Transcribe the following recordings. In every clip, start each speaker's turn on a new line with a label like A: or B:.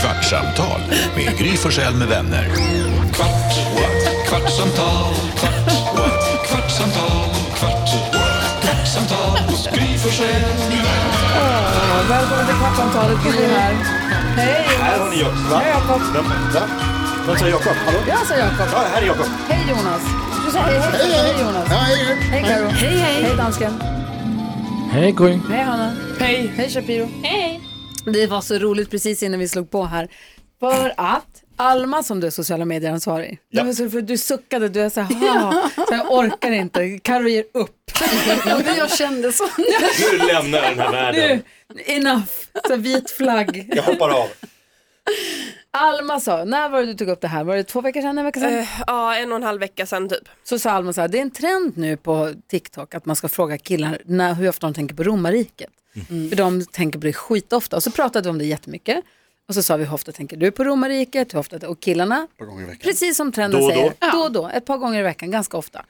A: kvartsamtal med Gry Forssell med vänner. Kvart, what? kvartsamtal, kvart, what? kvartsamtal, kvart, what? kvartsamtal, hos Gry Forssell med vänner.
B: Välkommen till Kvartsamtalet, Gry här. Hej!
C: Här har ni Jakob. Va?
B: Hej, Jakob.
C: Vem, vem? Vem säger Jakob? Hallå?
B: Jag sa Jakob.
C: Ja, här är Jakob.
B: Hej Jonas. Du sa hej, hej, hej Jonas. Hej Karo. Hej, hej. Hej dansken.
D: Hej Gry.
B: Hej Hanna. Hej. Hej Shapiro. Hej. Det var så roligt precis innan vi slog på här. För att Alma som du är sociala medier-ansvarig.
C: Ja.
B: Du, var så- för du suckade, du är så här, "Ha." så jag orkar inte. Karo ger upp. Och det jag kände så.
C: Nu lämnar jag den här världen.
B: Nu, enough. Så vit flagg.
C: Jag hoppar av.
B: Alma sa, när var det du tog upp det här? Var det två veckor sedan, en vecka sedan?
E: Eh, Ja, en och en halv vecka sedan typ.
B: så sa Alma så här, det är en trend nu på TikTok att man ska fråga killar när, hur ofta de tänker på romarriket.
C: Mm.
B: För de tänker på det skitofta. Och så pratade vi om det jättemycket. Och så sa vi, hur ofta tänker du på romarriket? Hur ofta? Och killarna, precis som trenden
C: Då och då.
B: säger, då och då, ett par gånger i veckan, ganska ofta.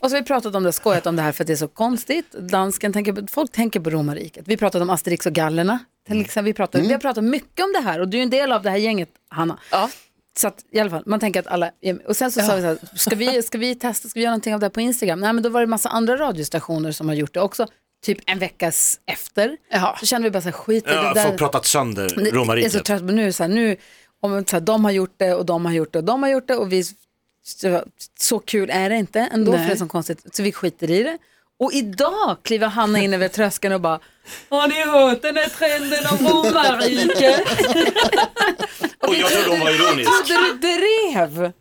B: Och så har vi pratat om det, skojat om det här för att det är så konstigt. Dansken tänker, på- folk tänker på romarriket. Vi pratade om Asterix och gallerna. Till
C: Mm.
B: exempel, vi, pratade, vi har pratat mycket om det här och du är en del av det här gänget, Hanna.
E: Ja.
B: Så att, i alla fall, man tänker att alla är Och sen så sa vi så här, ska vi, ska vi testa, ska vi göra någonting av det här på Instagram? Nej men då var det massa andra radiostationer som har gjort det också, typ en veckas efter.
E: Jaha.
B: Så kände vi bara så här, skit i
F: Ja,
B: det där.
F: folk pratat sönder
B: Det-
F: romarriket.
B: Jag är så trött, men nu är det så här, nu, om, så här, de har gjort det och de har gjort det och de har gjort det och vi, så, så kul är det inte ändå, för det är så konstigt, så vi skiter i det. Och idag kliver Hanna in över tröskeln och bara, har ni hört den här trenden om romarriket?
F: Och jag tror de var ironisk.
B: Trodde du drev?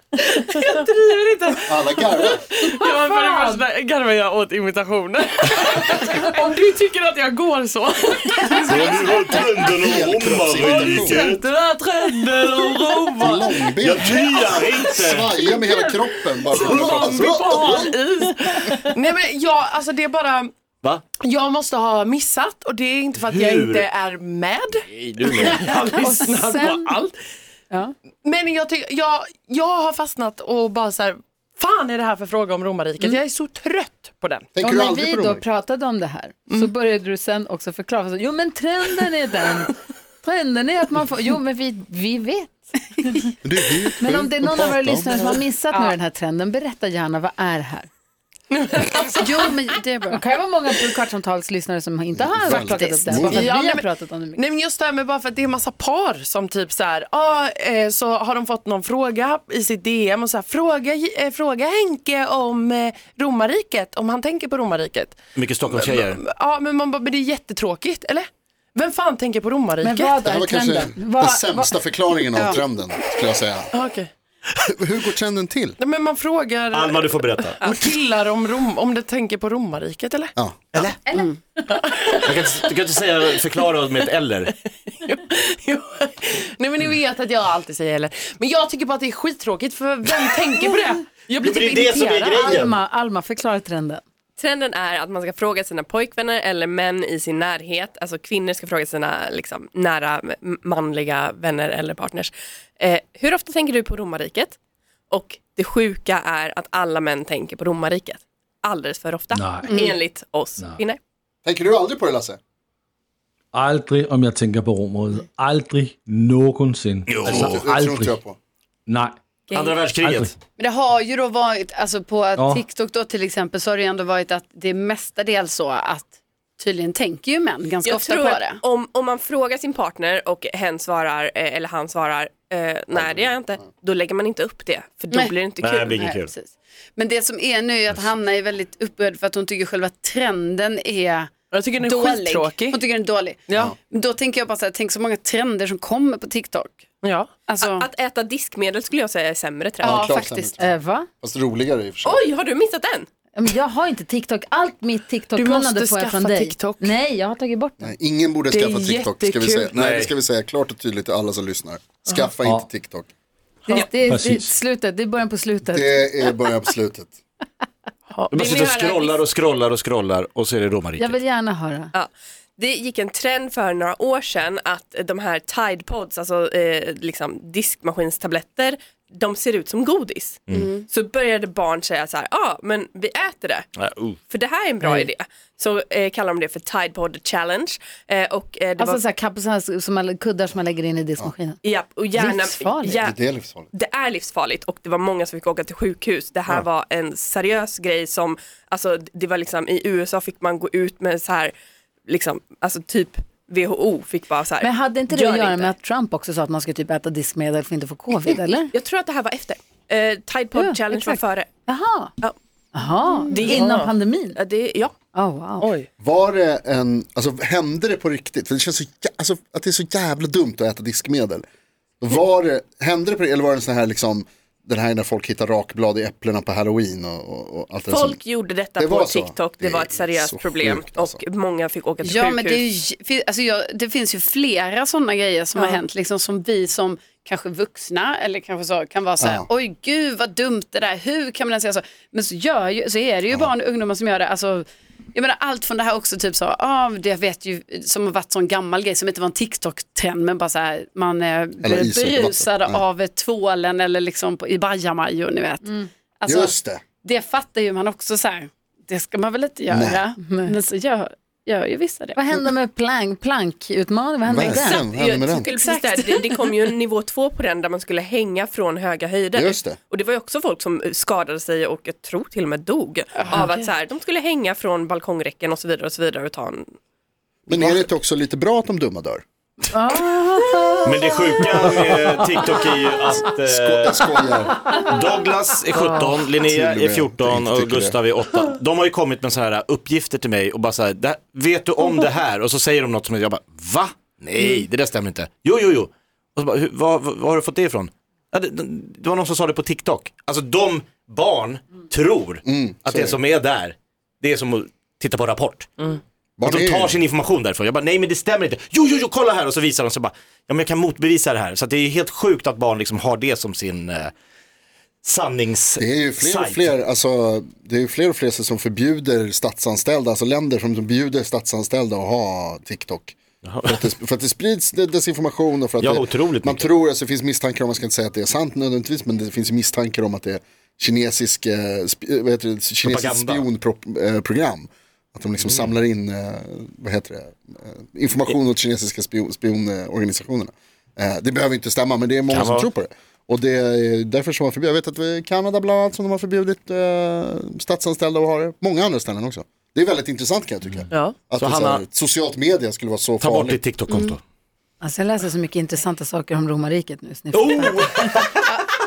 G: Alla garvar.
H: Ja, men för det första garvar jag åt imitationer. Om du tycker att jag går så.
F: Ja, nu har trenden om romarriket.
H: Den här trenden och Roma.
G: Långben.
F: Jag tyar inte.
G: Svajar med hela kroppen. Bara för att prata Alltså,
H: Zombie på
G: så.
H: hal is. Nej men jag, alltså det är bara,
F: Va?
H: jag måste ha missat och det är inte för att jag
F: Hur?
H: inte är med.
F: Nej, du menar.
H: Jag lyssnar
B: sen-
H: på allt.
B: Ja.
H: Men jag, tycker, jag, jag har fastnat och bara så här, fan är det här för fråga om romarriket? Jag är så trött på den.
G: Tänker
B: Och
G: du
B: när
G: aldrig
B: vi
G: på
B: då
G: romarriket?
B: pratade om det här så började du sen också förklara. Så, Jo men trenden är den. Trenden är att man får, jo men vi, vi vet.
G: Men det är dyrt.
B: Men om det är någon av våra lyssnare som har missat nu
H: Ja.
B: den här trenden, berätta gärna vad är här? jo men det är bra. Det kan ju vara många kvartsamtalslyssnare som inte har
G: Väldigt.
B: plockat upp det här. bara för att
H: Ja,
B: vi
H: nej,
B: har
H: men-
B: pratat om det mycket.
H: Nej men jag stör mig bara för att det är massa par som typ så här, ah, eh, så har de fått någon fråga i sitt DM och så här, fråga, eh, fråga Henke om eh, romarriket, om han tänker på romarriket.
F: Mycket Stockholmstjejer.
H: Ja men man bara, men det är jättetråkigt eller? Vem fan tänker på romarriket?
B: Men vad
G: Det här
B: är
G: var kanske
B: trenden?
G: den
B: Vad-
G: sämsta förklaringen av trenden, skulle jag säga.
H: Ah, okej.
G: Hur går trenden till?
H: Nej, men man frågar
F: Alma, du får berätta.
H: killar om, rom, om de tänker på romarriket eller?
G: Ja.
F: Jag kan, inte- du kan inte säga förklara med ett eller.
H: Jo. Nej men ni vet att jag alltid säger eller. Men jag tycker bara att det är skittråkigt för vem tänker på det? Jag blir
F: Men det
H: typ
F: är det som är
H: irriterad.
F: grejen.
B: Alma, Alma, förklara trenden.
E: Trenden är att man ska fråga sina pojkvänner eller män i sin närhet. Alltså kvinnor ska fråga sina liksom, nära m- manliga vänner eller partners. Eh, hur ofta tänker du på romarriket? Och det sjuka är att alla män tänker på romarriket. Alldeles för ofta.
D: Nej.
H: Mm.
E: Enligt oss kvinnor.
G: Tänker du aldrig på det Lasse?
D: Aldrig om jag tänker på romarriket. Aldrig någonsin.
F: Jo.
G: Det
D: Alltså,
G: tror inte
D: aldrig.
G: jag på.
D: Nej.
F: Andra
D: Aldrig.
F: världskriget.
I: Men det har ju då varit, alltså på
D: Ja.
I: TikTok då till exempel, så har det ju ändå varit att det är mestadels så att tydligen tänker ju män ganska
E: Jag
I: ofta
E: tror
I: på
E: att
I: det.
E: Om, om man frågar sin partner och hen svarar, eh, eller han svarar, eh, nej det gör jag inte, då lägger man inte upp det. För då
I: Nej.
E: blir det inte
F: Mm. Nej, det
E: kul.
F: blir inget kul.
I: precis. Men det som är nu är att Hanna är väldigt upprörd för att hon tycker själva trenden är
H: Jag tycker den är
I: dålig.
H: skittråkig.
I: Hon tycker den är dålig.
H: Ja.
I: Men Då tänker jag bara så här, tänk så många trender som kommer på TikTok.
H: Ja.
I: Alltså,
E: Att äta diskmedel skulle jag säga är sämre trend.
I: ja,
G: klart
I: faktiskt.
G: sämre
B: Eh, va?
G: Fast roligare i och för sig.
E: Oj, har du missat den?
B: Ja, men Jag har inte TikTok. Allt mitt
H: Du
B: TikTok-kunnande
H: måste
B: får jag från
H: skaffa
B: dig.
H: TikTok.
B: Nej, jag har tagit bort det.
G: Nej, ingen borde
H: Det är
G: skaffa TikTok, ska vi
H: jättekul.
G: säga. Nej,
F: Nej.
G: det ska vi säga klart och tydligt till alla som lyssnar. Skaffa
D: Ja.
G: inte TikTok.
B: Det, det, det, det,
D: Precis.
B: slutet, det är början på slutet.
G: Det är början på slutet.
F: Du bara sitter och scrollar och scrollar och scrollar och så är det
B: Jag
F: romarriket.
B: vill gärna höra.
E: Ja. Det gick en trend för några år sedan att de här Tide Pods, alltså eh, liksom diskmaskinstabletter, de ser ut som godis.
F: Mm.
I: Mm.
E: Så började barn säga så här, ja ah, men vi äter det.
F: Ja, uh.
E: För det här är en bra idé. Så eh, kallar de det för Tide Pod Challenge. Eh, och, eh, det
B: Alltså
E: var,
B: så här, kapp, så här, som man, kuddar som man lägger in i diskmaskinen.
E: ja, och gärna,
B: Livsfarligt.
E: Ja,
G: Det är livsfarligt.
E: det är livsfarligt och det var många som fick åka till sjukhus. Det här var en seriös grej som, alltså det var liksom i USA fick man gå ut med så här, liksom, alltså typ WHO fick bara så här.
B: Men hade inte det
E: gör
B: att göra med att Trump också sa att man ska typ äta diskmedel för att inte få covid, eller?
E: Jag tror att det här var efter. Eh, Tide Pod
B: Ja,
E: Challenge
B: exakt.
E: var före.
B: Jaha.
E: Ja.
B: Jaha,
I: Mm.
B: det är innan pandemin.
E: Ja, det, ja.
B: Oh, wow.
H: Oj.
G: Var det en, alltså hände det på riktigt? För det känns så, jä- alltså, att det är så jävla dumt att äta diskmedel. Var det, hände det på riktigt? Eller var det en sån här liksom, den här när folk hittar rakblad i äpplena på halloween och, och, och allt det där
E: Folk
G: som-
E: gjorde detta
G: Det
E: på
G: var så.
E: TikTok, det,
G: Det
E: var
G: är
E: ett seriöst
G: så
E: problem
G: sjukt, alltså.
E: och många fick åka till
I: Ja,
E: sjukhus.
I: men det, är ju, fin- alltså jag, det finns ju flera sådana grejer som har hänt, liksom som vi som kanske vuxna eller kanske så kan vara så här,
G: Ja.
I: oj gud vad dumt det där, hur kan man ens säga så? Men så, gör ju, så är det ju barn och ungdomar som gör det, alltså jag menar allt från det här också, typ så, ah, det jag vet ju, som har varit sån gammal grej som inte var en TikTok-trend, men bara så här, man eh, blir
G: is i vatten.
I: berusad
G: Ja.
I: av eh, tvålen eller liksom på, i bajamajor, ni vet. Alltså,
G: Just det.
I: det fattar ju man också så här, det ska man väl inte göra, men så gör, gör ju vissa det.
B: Vad hände med plank, plankutmaningen? Vad hände med den?
G: Verkligen, vad hände med
E: Jag
G: den?
E: skulle precis säga, det, det kom ju en nivå två på den där man skulle hänga från höga höjder.
G: Just det.
E: Och det var ju också folk som eh, skadade sig och jag tror till och med dog av att så här, de skulle hänga från balkongräcken och så vidare och så vidare och ta en...
G: Men är det inte också lite bra att de dumma dör?
F: Men det sjuka med TikTok är ju att eh,
G: Jag skojar.
F: Douglas är 17, Linnea
G: Till och
F: är
G: med.
F: 14
G: Jag
F: och
G: tycker det.
F: Gustav är 8. De har ju kommit med så här uppgifter till mig och bara så här, "Det här- vet du om det här? Och så säger de något som jag bara, va?
G: Mm.
F: Nej, det där stämmer inte. Jo, jo, jo. Och så bara, "Hur- vad, vad, vad har du fått det ifrån? Ja, det, det var någon som sa det på TikTok. Alltså de barn tror att
G: Mm. så är
F: det
G: det.
F: som är där, det är som att titta på Rapport.
G: Barn
F: Att de
G: är ju-
F: tar sin information därifrån. Jag bara, nej men det stämmer inte. Jo, jo, jo, kolla här. Och så visar de så bara, ja men jag kan motbevisa det här. Så att det är helt sjukt att barn liksom har det som sin eh, sannings...
G: Det är ju fler och
F: sajt.
G: fler, alltså, det är ju fler och fler som förbjuder statsanställda, alltså länder som förbjuder statsanställda att ha TikTok. För att, det, för att det sprids de- desinformation och för att
F: Ja,
G: det,
F: otroligt
G: man
F: mycket.
G: tror, alltså, det finns misstankar om, man ska inte säga att det är sant nödvändigtvis, men det finns ju misstankar om att det är kinesisk, eh, sp- eh, vad heter det, kinesiskt
F: Propaganda. Mm.
G: spionprogram. Att de liksom samlar in, eh, vad heter det, eh, information åt kinesiska spion- spionorganisationerna. Eh, Det behöver inte stämma, men det är många
F: Kan
G: som
F: vara.
G: tror på det. Och det är därför som man förbjudit, jag vet att eh, Kanada bland annat som de har förbjudit eh, statsanställda att ha det, många andra ställen också. Det är väldigt intressant kan jag tycka.
H: Ja.
G: Att
F: Så
G: det, så
F: Hanna-
G: här, socialt media skulle vara så
F: Ta bort ditt
G: farligt.
F: TikTok-konto.
B: Alltså jag läser så mycket intressanta saker om romarriket nu. Så ni
G: Mm.
B: förstår.
G: Oh!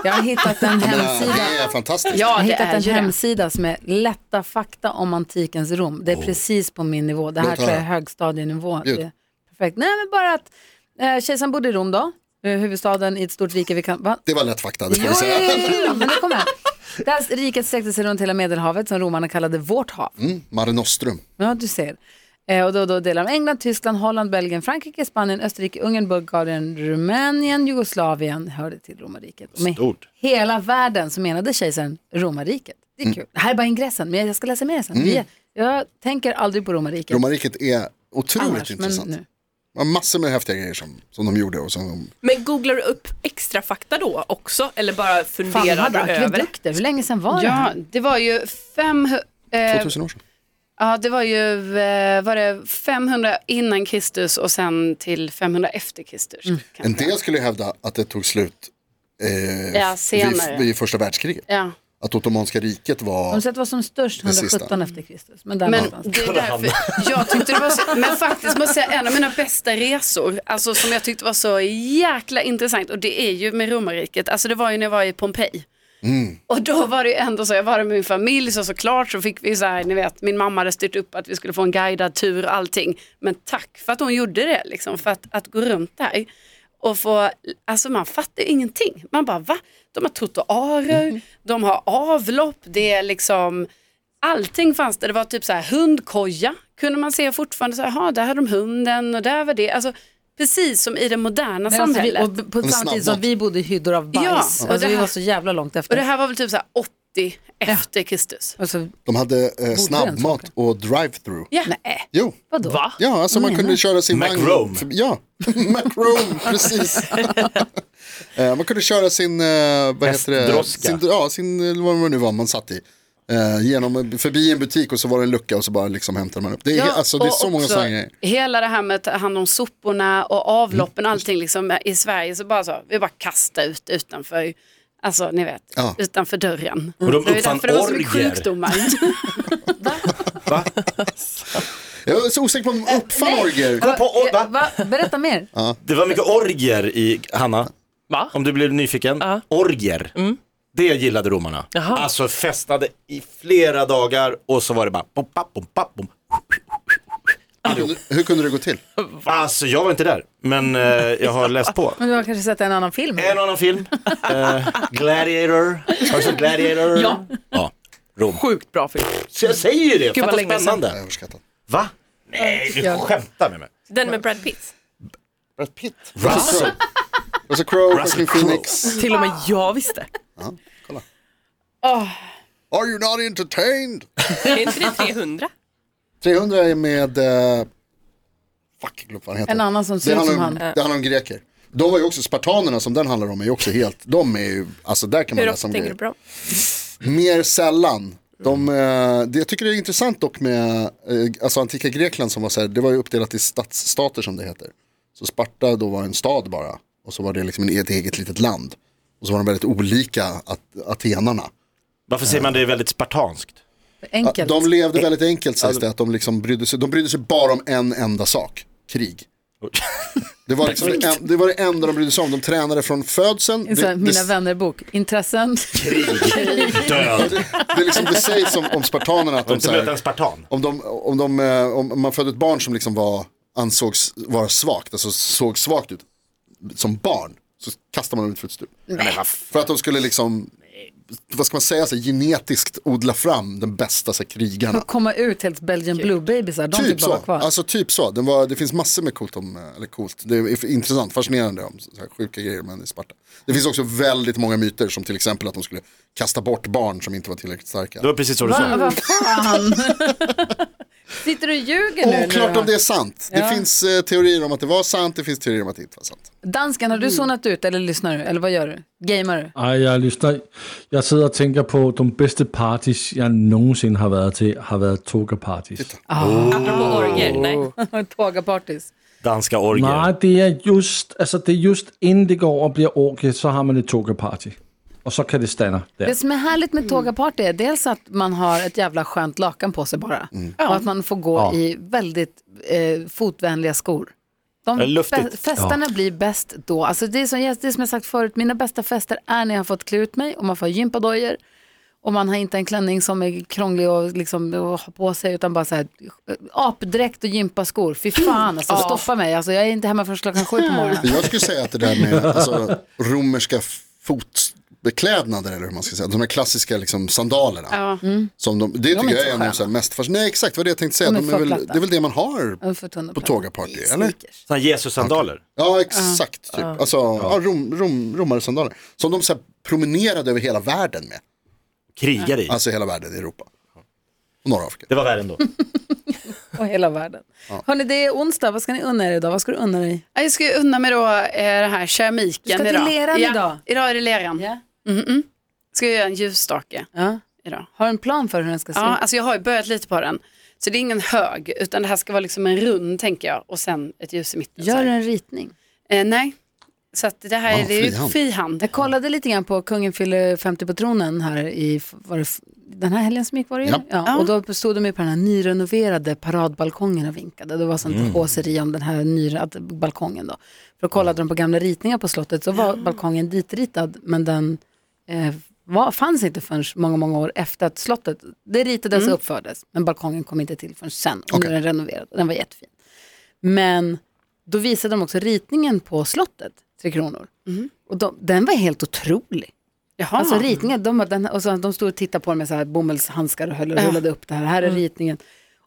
B: Jag har hittat en
G: Jag menar,
B: hemsida.
G: det är fantastiskt.
B: Jag
I: Ja,
B: har
I: det
B: hittat
I: är
B: en
I: ju det.
B: hemsida som är lätta fakta om antikens Rom. Det är precis på min nivå. Det här
G: Låt
B: tror jag är
G: höra.
B: högstadienivå.
G: Bjud.
B: Det är perfekt. Nej, men bara att eh, kejsaren bodde i Rom då. Eh, huvudstaden i ett stort rike. Vi kan, va?
G: Det var lätt fakta, det får
B: Jo,
G: vi
B: jo,
G: säga.
B: jo, jo, jo, men det kommer. Där riket sträckte sig runt hela Medelhavet som romarna kallade vårt hav.
G: Mm, Mare Nostrum.
B: Ja, du ser. Eh, och då, då delar de England, Tyskland, Holland, Belgien, Frankrike, Spanien, Österrike, Ungern, Bulgarien, Rumänien, Jugoslavien hörde till romarriket. Och Med
F: Stort.
B: hela världen så menade kejsaren romarriket. Det
G: Mm.
B: är kul. Det här är bara ingressen, men jag ska läsa mer sen. Vi, jag tänker aldrig på romarriket.
G: Romarriket är otroligt
B: annars, men
G: intressant.
B: nu.
G: Det var massor med häftiga grejer som, som de gjorde och som de
E: Men googlar du upp extra fakta då också eller bara
B: Fan, de
E: funderar
B: hade
E: du över det?
B: akvedukter. Hur länge sedan var det
I: Ja,
B: här?
I: det var ju fem... Eh,
G: 2000 år sedan.
I: ja, det var ju eh, var det 500 innan Kristus och sen till 500 efter Kristus. kanske.
G: En del skulle ju hävda att det tog slut eh,
I: Ja, senare.
G: vid, vid första världskriget.
I: Ja.
G: Att Ottomanska riket var...
B: De säger att det var som störst
G: Det sista.
B: 117 efter Kristus. Men där
I: Men
B: någonstans.
I: det är därför jag tyckte det var så, men faktiskt måste jag säga en av mina bästa resor, alltså som jag tyckte var så jäkla intressant och det är ju med romarriket, alltså det var ju när jag var i Pompeji. Och då var det ju ändå så, jag var där med min familj så såklart så fick vi så här, ni vet, min mamma hade styrt upp att vi skulle få en guidad tur och allting. Men tack för att hon gjorde det liksom, för att, att gå runt där och få, alltså man fattar ju ingenting. Man bara va? De har trottoarer, de har avlopp, det är liksom Allting fanns där, det var typ så här hundkoja kunde man se fortfarande, så här, "Jaha, där hade de hunden och där var det, alltså precis som i det moderna
B: Men alltså, vi,
I: samhället.
B: och på
G: Men
B: samma tid
G: snabbmat.
B: som vi bodde i hyddor av bajs.
I: Ja, och
B: alltså,
I: det
B: vi
I: här-
B: var så jävla långt
I: Och
B: efter.
I: det här var väl typ så här 80 efter Kristus.
B: Alltså,
G: De hade eh,
B: den
G: snabbmat och drive-through.
I: Ja.
B: nej,
G: Jo.
B: vadå?
I: Mm.
G: Ja, alltså man kunde köra sin vagn.
F: McRome.
G: Ja, McRome, precis. Eh, man kunde köra sin, eh, vad heter det?
F: Hästdroska.
G: Sin, ja, sin, eller vad det nu var man satt i. Eh, genom, förbi en butik och så var det en lucka och så bara liksom hämtade man upp. Det är, alltså, det är
I: och
G: så många
I: också
G: sådana grejer.
I: Hela det här med att ta hand om soporna och
G: Mm.
I: avloppen och allting liksom i Sverige så bara så, vi bara kastar ut utanför, alltså ni vet,
G: Ja.
I: utanför dörren. Mm.
F: Och de
I: Det var ju
F: uppfann
I: därför det var så mycket
F: orger.
I: sjukdomar.
G: Jag är så osäker på om
I: Eh,
G: de uppfann orger.
F: Kolla på, oh, va?
B: Va? Berätta mer.
F: Det var mycket orger i, Hanna,
H: Va? Mm.
F: om du blir nyfiken. Orger, det gillade romarna.
H: Jaha.
F: Alltså festade i flera dagar och så var det bara pom, papp, pom, papp, pom.
G: Hur kunde- Hur kunde det gå till?
F: Alltså jag var inte där, men eh, jag har läst på.
B: Men du har kanske sett en annan film?
F: En annan film, eh, Gladiator, har du sett Gladiator? Ja. ja. Rom.
H: Sjukt bra film.
F: Så jag säger ju det,
H: vad
F: fan
H: länge
F: vad
H: sedan.
G: Jag
F: spännande.
G: överskattar.
F: Va? Nej, du skämtar med mig.
E: Den med Brad Pitt.
G: Brad Pitt.
F: Russell Crowe.
G: Russell Crowe,
F: Russell
G: Joaquin
F: Crowe.
G: Phoenix.
H: Till och med jag visste.
I: Ah.
G: Are you not entertained?
E: Är inte det 300?
G: 300 är med, eh, fuck, jag glömde vad han heter.
B: En annan som ser
G: det
B: ut som
G: handlar om,
B: han.
E: Eh.
G: Det handlar om greker. De var ju också, spartanerna som den handlar om är ju också helt, de är ju, alltså där kan man
E: Hur
G: läsa
E: ofta
G: om
E: tänker du
G: grejer.
E: på dem?
G: Mer sällan. De, eh, det, jag tycker det är intressant dock med, eh, alltså antika Grekland som var så här, det var ju uppdelat i stadsstater som det heter. Så Sparta då var en stad bara, och så var det liksom ett eget litet land. Och så var de väldigt olika, at- atenarna.
F: Varför säger man det är väldigt spartanskt?
B: Enkelt.
G: De levde väldigt enkelt sägs det, att de liksom brydde sig, de brydde sig bara om en enda sak, krig. Det var, liksom det, en, det var det enda de brydde sig om, de tränade från födseln.
B: En sån här
G: Det,
B: Mina
G: det,
B: vänner-bok. Intressen.
F: Död.
G: det, är liksom, det sägs om, om spartanerna att
F: Har du inte
G: de, så
F: mött en
G: här,
F: spartan?
G: om, de, om, de, eh, om man födde ett barn som liksom var, ansågs vara svagt, alltså såg svagt ut som barn, så kastade man dem ut för ett stup. För att de skulle liksom, vad ska man säga, så här, genetiskt odla fram den bästa så här, krigarna.
B: Att komma ut helt Belgian Blue-bebisar. De
G: Typ
B: typ bara
G: så.
B: vara kvar.
G: Alltså, typ så. Den var, det finns massor med coolt om, eller coolt, det är f- intressant, fascinerande om så här sjuka grejer men i Sparta. Det finns också väldigt många myter som till exempel att de skulle kasta bort barn som inte var tillräckligt starka.
F: Det var precis så du sa.
B: Men vad fan. Sitter du och ljuger nu?
G: Oklart
B: nu?
G: om det är sant.
B: Ja.
G: Det finns eh, teorier om att det var sant, det finns teorier om att det Mm. inte var sant.
B: Dansken, har du zonat ut eller lyssnar du? Eller vad gör du? Gamer du?
D: Ej, jeg lytter. Jeg sidder og tænker på, de bedste parties, jeg nogensinde har været til, har været toga parties.
E: Apropå orger,
H: Oh.
E: nej.
B: Tågapartys.
F: Danska orger.
D: Nej, det er just, altså det er just inden det går over og bliver orke, så har man et toga party. Og så kan det stander der.
B: Det som är härligt med tågaparty är dels att man har ett jävla skönt lakan på sig bara.
F: Mm.
B: Och att man får gå i väldigt eh, fotvänliga skor. De
F: Ja, luftigt.
B: bä- festerna blir bäst då. Alltså det, är som, jag- det är som jag sagt förut, mina bästa fester är när jag har fått klä ut mig och man får ha gympadojor. Och man har inte en klänning som är krånglig och liksom att ha på sig utan bara så här, eh, apdräkt och gympaskor. Fy fan alltså, stoppa mig. Alltså, jag är inte hemma förrän klockan sju på morgonen.
G: Jag skulle säga att det där med alltså, romerska fotbeklädnader eller hur man ska säga, de här klassiska liksom, sandalerna.
I: Ja.
G: Som de, det tycker
B: inte
G: jag
B: så
G: är en av de
B: sköna.
G: så här mest fascinerande. Nej exakt, vad det jag tänkte säga.
B: De är
G: De är väl,
B: förplatta.
G: det är väl det man har
B: Jag får tunna
G: på
B: plats.
G: tågaparty, eller?
B: Sneakers.
F: Sådana Jesus-sandaler.
G: Ja, exakt. Typ. Alltså, ja. rom, rom, romarsandaler. Som de så här promenerade över hela världen med.
F: Krigar i.
G: Alltså hela världen i Europa. Och norra Afrika.
F: Det var värre ändå.
B: Och hela världen. Hörni, det är onsdag. Vad ska ni unna er idag? Vad ska du unna dig?
I: Ja, Jag ska ju unna mig då eh, den här keramiken
B: Du ska till
I: idag.
B: leran
I: ja.
B: idag.
I: Idag är det leran. Mm-mm. Ska jag göra en ljusstake
B: Ja.
I: idag.
B: Har du en plan för hur den ska se ut?
I: Ja, alltså jag har ju börjat lite på den. Så det är ingen hög, utan det här ska vara liksom en rund tänker jag och sen ett ljus i mitten. så här.
B: Gör en ritning.
I: Eh, nej, så att det här
G: Ja,
I: är, det är ju
G: frihand.
I: frihand.
B: Jag kollade lite grann på Kungen fyller 50 på tronen här i var det, f- den här helgen som gick var det ju?
G: Ja.
B: Ja, och då stod de ju på den här nyrenoverade paradbalkongen och vinkade. Det var sånt håseri om den här nyrenoverade balkongen då. För då kollade de på gamla ritningar på slottet så var balkongen ditritad men den eh, var, fanns inte förrän många, många år efter att slottet, det ritades och uppfördes men balkongen kom inte till förrän sen och nu är den renoverad och den var jättefin. Men då visade de också ritningen på slottet, Tre Kronor. Och de, den var helt otrolig.
I: Mhm. Jaha.
B: Alltså ritningen, de, har den, och så, de stod och tittade på den med så här bomullshandskar och höll och rullade upp det här. Här är
I: Mm.
B: ritningen.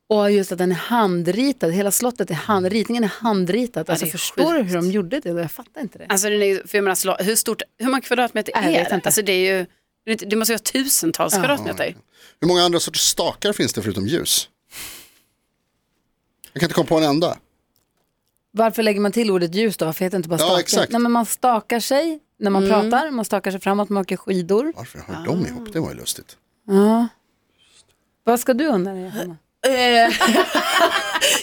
B: Och just att den är handritad, hela slottet är hand, ritningen är handritad. alltså
I: Mm. det är
B: förstår du
I: sjukt.
B: hur de gjorde det? Jag fattar inte det.
I: Alltså den är, ju- för jag menar, slå- hur, stort, hur många kvadratmeter
B: Nej, jag
I: är
B: vet
I: det?
B: inte.
I: Alltså det är ju, det är inte- det måste ju vara tusentals kvadratmeter.
G: Hur många andra sorters stakar finns det förutom ljus? Jag kan inte komma på en enda.
B: Varför lägger man till ordet ljus då? Varför heter det inte bara
G: Ja,
B: stake?
G: exakt.
B: Nej, men man stakar sig när man
I: Mm.
B: pratar, man stakar sig framåt, man åker skidor.
G: Varför hör de
B: Ah.
G: ihop? Det var ju lustigt.
B: Ja. Vad ska du undra dig, Hanna?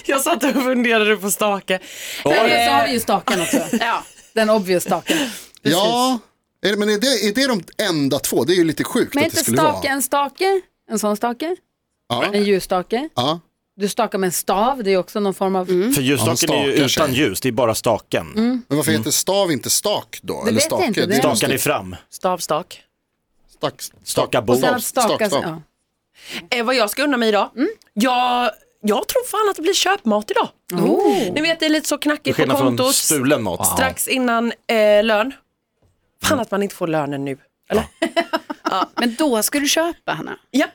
H: Jag satt och funderade på stake.
B: Så har vi ju staken också.
I: Ja.
B: Den obvious staken.
G: Ja, är det, men är det, är det de enda två? Det är ju lite sjukt
B: Men är
G: att det
B: inte
G: skulle
B: stake
G: vara.
B: en stake? En sån stake?
G: Ja.
B: En ljusstake?
G: Ja.
B: Du stakar med en stav, det är också någon form av...
F: För ljusstaken
G: Ja,
F: är ju
G: stakar
F: utan
G: sig.
F: ljus, det är bara staken.
G: Men varför heter stav inte stak då?
B: vet jag
G: stake?
B: inte, det är-
G: är
F: Mm. Staken är
G: lustigt.
F: fram,
H: Stavstak.
G: Stak,
F: staka bo.
B: Och sen att staka
G: stak,
B: sig.
G: stak.
B: Ja.
H: Eh, vad jag ska undra mig idag? Jag, jag tror fan att det blir köpmat idag. Ni vet det är lite så
F: Till
H: knackigt på
F: skillnad från
H: kontot.
F: stulen mat.
H: Strax innan eh, lön. Fan att man inte får lönen nu.
I: Men då ska du köpa Hanna.
H: Ja.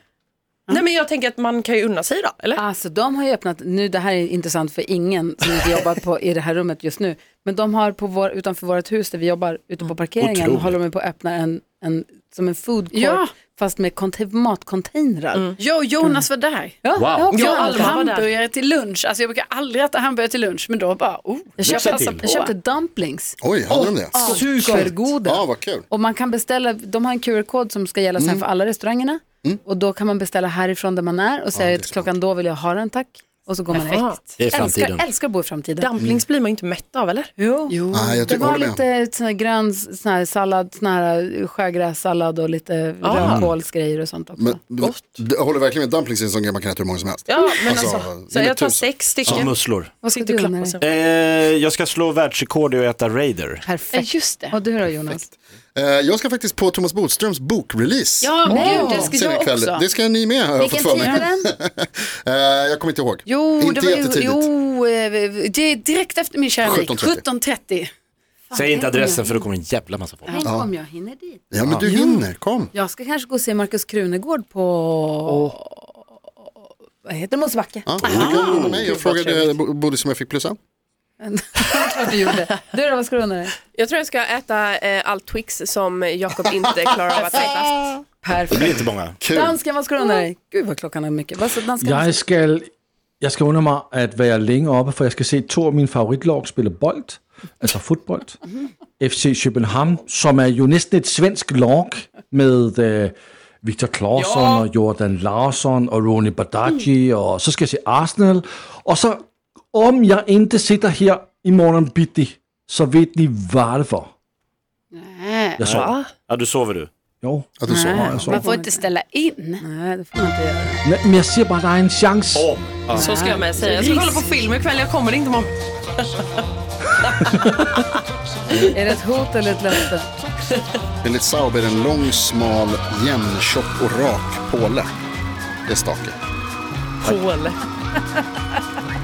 H: Nej men jag tänker att man kan ju unna sig idag, eller?
B: Alltså de har ju öppnat, nu det här är intressant för ingen som inte jobbar på, i det här rummet just nu, men de har på vår, utanför vårt hus där vi jobbar, ute
I: Mm.
B: på parkeringen,
F: Otroligt.
B: håller de på att öppna en, en, som en food court,
I: Ja.
B: fast med konte- matcontainrar.
I: Jag och Jonas var där.
B: Ja,
F: Wow.
B: jag har också
H: Ja,
B: handlat.
H: Alma. var där.
I: hamburgare till lunch. Alltså jag brukar aldrig äta hamburgare till lunch men då bara, oh,
B: jag, köpte,
F: Lycka till.
B: jag köpte dumplings.
G: Oj, hade de det?
B: Supergoda.
G: Ja, vad kul.
B: Och man kan beställa, de har en QR-kod som ska gälla sen för alla restaurangerna. Och då kan man beställa härifrån där man är och säga att klockan då vill jag ha den tack. Och så går man iväg.
F: Det är framtiden.
B: Älskar, älskar att bo i framtiden.
H: Dumplings blir man ju inte mätt av, eller?
B: Jo.
G: Ah, jag
B: Det
G: tycker,
B: var
G: håller med.
B: lite sån här grön sån här sallad, sån här sjögrässallad och lite rödkålsgrejer och sånt också.
G: Men, det, jag håller verkligen med. Dumplings är en sån grej man kan äta hur många som helst.
H: Ja, men alltså.
G: Alltså,
H: så
G: det är
H: jag tar
G: tusen.
H: sex
F: Som
H: stycken.
F: musslor.
B: Vad ska
H: Sitter
B: du
H: och
B: unna
H: klappar
B: dig?
H: sig.
F: Eh, jag ska slå världsrekord i att äta Raider.
I: Ja,
H: Eh,
B: Perfekt.
I: just det.
B: Och du då Jonas?
G: Eh, jag ska faktiskt på Thomas Bodströms bokrelease.
I: Ja, men
B: Nej.
I: gud, det ska
G: Sen
I: jag
G: ikväll.
I: också.
G: Det ska ni med har jag
B: Vilken
G: fått för
B: tid
G: mig.
B: är den?
G: Eh, jag kommer inte ihåg.
I: Jo,
G: inte
I: det var ju,
G: jättetidigt.
I: jo, eh, det är direkt efter min kära Nick.
G: 17.30.
I: 17.30.
F: Säg inte adressen för då kommer en jävla massa folk.
B: Tänk om jag hinner dit.
G: Ja, men du hinner. Kom.
B: Jag ska kanske gå och se Markus Krunegård på... Vad heter det? Mosebacke.
G: Ja, du kan ringa mig. Jag frågade Bo- Bodis om jag fick plussa.
B: Klart du gjorde. Du då, vad ska du unna dig?
E: Jag tror jag ska äta eh, all Twix som Jakob inte klarar av att äta.
F: Det
B: Perfekt.
F: blir inte många.
G: Kul.
B: Dansken, vad ska du unna dig? Gud vad klockan är mycket. Vad ska dansken?
D: Jeg skal, jeg skal under mig at være længe oppe, for jeg skal se to af mine favoritlag spille bold, altså fodbold. FC København, som er jo næsten et svensk lag med øh, Victor Claesson og Jordan Larsson og Ronny Badaji, og så skal jeg se Arsenal. Og så, om jeg ikke sitter her i morgen bitti, så ved de, hvad det for. Jeg sover.
F: Ja, du sover du.
D: Jo.
G: Ja, du sover.
D: jeg sover.
I: Man får inte ställa in.
B: Nej, det får man inte göra.
D: Men- Men jeg siger bare, at der er en chance.
F: Om.
H: Så ska jag med säga. Jag ska kolla på film ikväll, jeg kommer inte imorgon.
B: Är det ett hot eller ett löfte?
G: Enligt Saab är det en lång, smal, jämn, tjock och rak påle. Det är stake.
H: Hål.